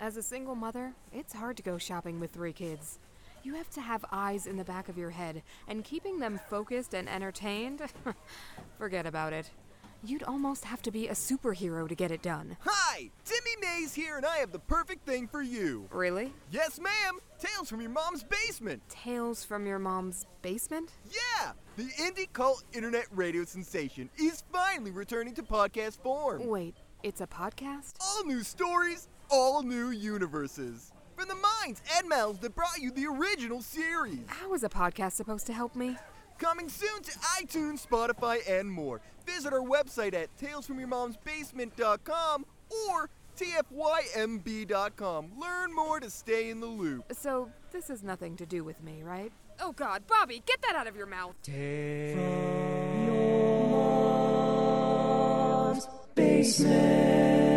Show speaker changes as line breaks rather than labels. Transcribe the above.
As a single mother, it's hard to go shopping with three kids. You have to have eyes in the back of your head, and keeping them focused and entertained? Forget about it. You'd almost have to be a superhero to get it done.
Hi, Timmy Mays here, and I have the perfect thing for you.
Really?
Yes, ma'am, Tales from Your Mom's Basement.
Tales from your mom's basement?
Yeah, the indie cult internet radio sensation is finally returning to podcast form.
Wait, it's a podcast?
All new stories, all new universes. From the minds and mouths that brought you the original series.
How is a podcast supposed to help me?
Coming soon to iTunes, Spotify, and more. Visit our website at talesfromyourmomsbasement.com or tfymb.com. Learn more to stay in the loop.
So, this has nothing to do with me, right? Oh god, Bobby, get that out of your mouth!
basement.